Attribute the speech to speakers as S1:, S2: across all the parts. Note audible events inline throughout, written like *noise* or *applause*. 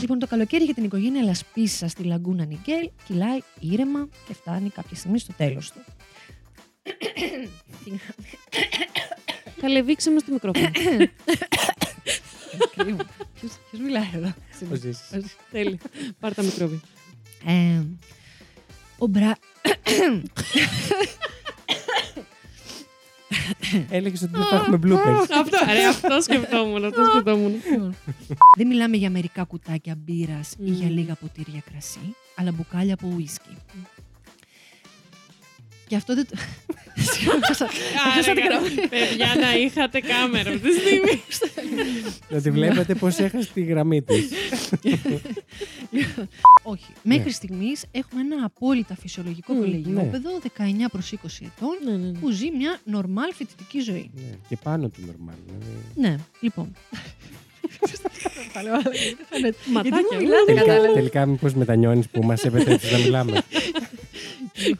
S1: λοιπόν το καλοκαίρι για την οικογένεια Λασπίσα στη Λαγκούνα Νικέλ κυλάει ήρεμα και φτάνει κάποια στιγμή στο τέλος του.
S2: Καλεβήξε με στο μικρόφωνο.
S1: Ποιο μιλάει εδώ.
S3: Ο Ζήσης.
S2: Τέλει. Πάρ τα μικρόβια.
S1: Ε, ο Μπρα.
S3: Έλεγες ότι δεν θα έχουμε bloopers.
S2: αυτό, ρε, αυτό σκεφτόμουν, αυτό σκεφτόμουν.
S1: Δεν μιλάμε για μερικά κουτάκια μπύρας ή για
S2: Μμμ.
S1: λίγα ποτήρια κρασί, αλλά μπουκάλια από ουίσκι.
S2: Mm.
S1: Και αυτό
S2: *laughs*
S1: δεν το. Έχασα την
S2: Άρα,
S1: γραμμή.
S2: παιδιά, να είχατε κάμερα αυτή τη στιγμή.
S3: Να τη βλέπετε πώς έχασε τη γραμμή της.
S1: Όχι. Μέχρι
S3: Ναι.
S1: στιγμής έχουμε ένα απόλυτα φυσιολογικό
S2: Μμ,
S1: κολεγιόπεδο 19 προ 20 ετών
S2: Ναι, ναι, ναι.
S1: που ζει μια νορμάλ φοιτητική ζωή.
S3: Και πάνω του νορμάλ. δηλαδή.
S1: Ναι, λοιπόν.
S2: Ματάκια.
S1: μιλάτε
S2: Τελικά-
S1: κατάλαβα.
S3: Τελικά, μήπως μετανιώνεις που μας επέτρεψε να μιλάμε.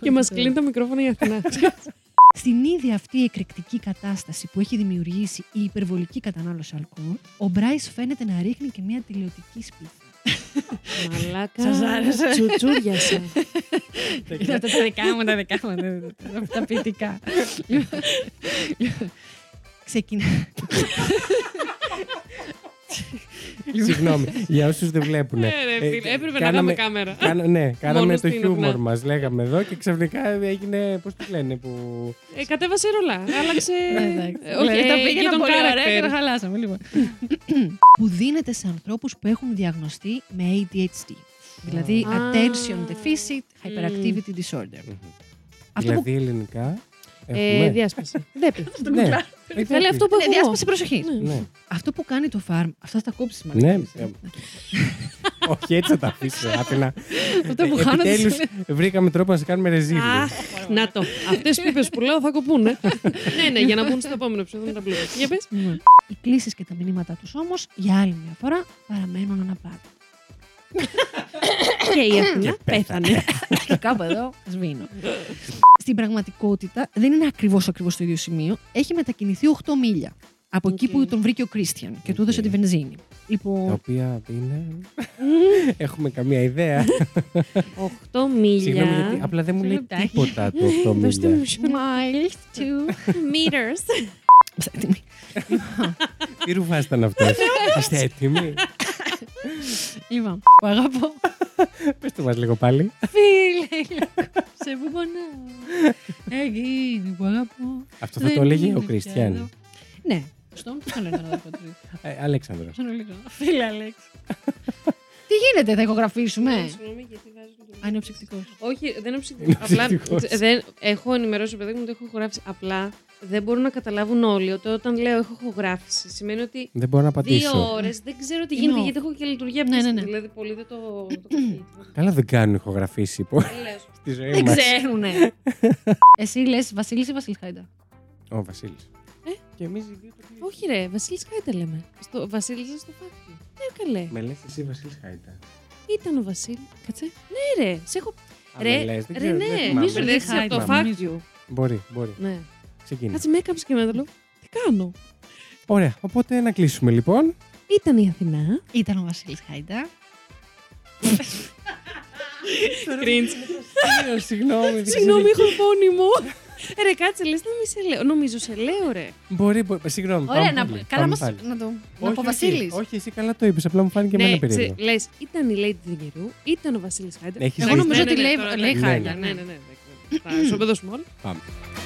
S2: Και μα κλείνει τα μικρόφωνα η Αθηνά.
S1: Στην ίδια αυτή εκρηκτική κατάσταση που έχει δημιουργήσει η υπερβολική κατανάλωση αλκοόλ, ο Μπράις φαίνεται να ρίχνει και μια τηλεοπτική σπίθα.
S2: Μαλάκα.
S1: Σας άρεσε.
S2: Τσουτσούριασε.
S1: Είναι αυτά τα δικά μου, τα δικά μου. Τα ποιητικά. Ξεκινά.
S3: Συγγνώμη, για όσους δεν βλέπουν.
S2: Ναι, ρε, φίλε, Έπρεπε να κάνουμε κάμερα.
S3: Κάνα, ναι, Ε, κάναμε
S2: Μόνο
S3: το
S2: στην
S3: χιούμορ
S2: Ουγγρά.
S3: μας. Λέγαμε εδώ και ξαφνικά έγινε. Πώς τη λένε, που.
S2: Ε, Κατέβασε ρολά. Άλλαξε.
S1: Όχι,
S2: Ε, Όχι,
S1: Ναι, Δηλαδή, τα
S2: ε,
S1: πήγαινα
S2: για τον
S1: πολύ ωραία και τα
S2: character.
S1: χαλάσαμε, λοιπόν. *clears throat* που δίνεται σε ανθρώπους που έχουν διαγνωστεί με ADHD. Δηλαδή,
S2: Α.
S1: attention deficit hyperactivity disorder. Αυτό που...
S3: δηλαδή ελληνικά.
S2: Ε,
S3: Έχουμε.
S2: Διάσπαση. Δέπη.
S3: ναι, ε,
S2: Θέλει αυτό που
S1: Ναι,
S2: έχω εγώ.
S1: διάσπαση προσοχής.
S3: Ναι,
S1: Αυτό που κάνει το φάρμ. Αυτά θα τα κόψει,
S3: ναι. ε, Όχι, έτσι θα τα αφήσω. Άθηνα. Ε,
S1: Αυτά που χάνονται.
S3: Επιτέλους, βρήκαμε τρόπο να σε κάνουμε ρεζίλιο.
S2: Αχ, να το. Αυτές οι πίπες που λέω θα κοπούν. ε. ναι, ναι, για να μπουν στο επόμενο επεισόδιο να τα πλούτε. Για πες.
S1: Ναι. Οι κλήσεις και τα μηνύματά τους όμως, για άλλη μια φορά, παραμένουν αναπάντητα.
S2: Και η Αθηνά πέθανε.
S1: *laughs* Και κάπου εδώ σβήνω. Στην πραγματικότητα δεν είναι ακριβώς ακριβώς στο ίδιο σημείο. Έχει μετακινηθεί 8 μίλια. Από εκεί
S2: Οκ.
S1: που τον βρήκε ο Κρίστιαν και του έδωσε
S3: Οκ.
S1: τη βενζίνη.
S3: Τα
S1: Λοιπόν,
S3: οποία
S2: *laughs*
S3: είναι. Έχουμε καμία ιδέα.
S2: 8
S3: Συγγνώμη, γιατί
S2: μίλια.
S3: απλά δεν μου λέει
S1: Συγγνώμη,
S3: τίποτα το 8
S2: Δώστε
S3: μίλια.
S2: μου σου. Miles to
S1: *laughs*
S2: meters.
S1: Είμαστε έτοιμοι.
S3: Τι ρουφάς ήταν αυτός.
S2: *laughs*
S3: Είστε έτοιμοι.
S1: Λοιπόν, που αγαπώ.
S3: Πες το μας λίγο πάλι.
S1: Φίλε, *laughs* σε που πονάω. Έγινε, που αγαπώ.
S3: Αυτό θα το
S1: Δεν
S3: έλεγε
S1: είναι πια
S3: ο
S1: εδώ.
S3: Κριστιαν.
S1: Ναι, στο μου τον έλεγα να το πω του.
S3: Ε, Αλέξανδρος.
S1: Στον Ολυμπιακό. Φίλε,
S3: *laughs*
S1: Αλέξη. Τι γίνεται, θα ηχογραφήσουμε.
S2: Συγγνώμη, γιατί βάζω το-
S1: Αν είναι ψυκτικό.
S2: Όχι, δεν είναι ψυχικό.
S3: Είναι
S2: Απλά
S3: ψυχικός.
S2: ε, δεν, έχω ενημερώσει, παιδί μου, το έχω γράψει. Απλά δεν μπορούν να καταλάβουν όλοι ότι όταν λέω έχω ηχογράφηση σημαίνει ότι
S3: Δεν μπορώ να
S2: δύο
S3: πατήσω.
S2: ώρες δεν ξέρω τι
S1: Είναι
S2: γίνεται
S1: off.
S2: γιατί έχω και λειτουργία
S1: Ναι, ναι,
S2: πίστη.
S1: ναι.
S2: Δηλαδή πολλοί δεν
S1: *clears throat*
S2: το. το καταλαβαίνουν.
S3: Καλά δεν κάνουν ηχογραφήσει υπό
S2: Δεν λέω.
S3: τη ζωή
S1: Δεν
S3: μας.
S1: ξέρουνε. Εσύ λες Βασίλης ή Βασιλχάιντα.
S3: Ο Βασίλης.
S2: Ε?
S3: Και εμείς οι δύο το κάνουμε.
S2: Όχι, ρε, Βασίλης Κάιντα λέμε. Στο Βασίλης στο φάκι. Ναι, καλέ.
S3: Με λες εσύ Βασίλης Χάιντα.
S2: Ήταν ο Βασίλη. Κάτσε. Ναι, ρε. Σε έχω.
S3: Α,
S2: Ρε,
S3: με λες, δεν
S2: ρε,
S3: ξέρω, δεν
S2: ναι.
S3: θυμάμαι.
S2: Μη σου
S1: Δεν
S2: από το
S3: θυμάμαι.
S2: φάκι.
S3: Μπορεί, μπορεί.
S2: Ναι.
S3: Ξεκίνησε.
S2: Κάτσε με έκαψες και μετά λέω. Τι κάνω.
S3: Ωραία, οπότε να κλείσουμε λοιπόν.
S2: *laughs* Ήταν η Αθηνά.
S1: Ήταν ο Βασίλης Χάιντα.
S2: Κρίντ.
S3: Ε, Συγγνώμη. δεν ξέρω.
S2: Συγγνώμη, έχω φώνημο. Ρε, κάτσε, λες να μην σε λέω. Νομίζω σε λέω, ρε.
S3: Μπορεί, μπορεί. Συγγνώμη.
S1: Ωραία,
S3: πάμε
S1: να
S3: πάλι,
S1: Καλά,
S3: πάμε
S1: μας-
S3: πάλι.
S1: να το. Να Ναι,
S3: Όχι,
S1: πω
S3: όχι,
S1: Βασίλης.
S3: Όχι, εσύ καλά το είπες. Απλά μου φάνηκε εμένα περίεργο.
S2: λες, ήταν η Lady του καιρού, ήταν ο Βασίλης Χάιντερ.
S3: Έχεις
S1: Εγώ
S3: δίκιο.
S1: νομίζω
S3: Ναι,
S1: ότι
S2: ναι,
S1: λέει-
S2: τώρα,
S1: λέει
S3: ναι,
S1: Χάιντα.
S2: Ναι, ναι, ναι. ναι. Θα σου πεδώσουμε όλα.
S3: Πάμε.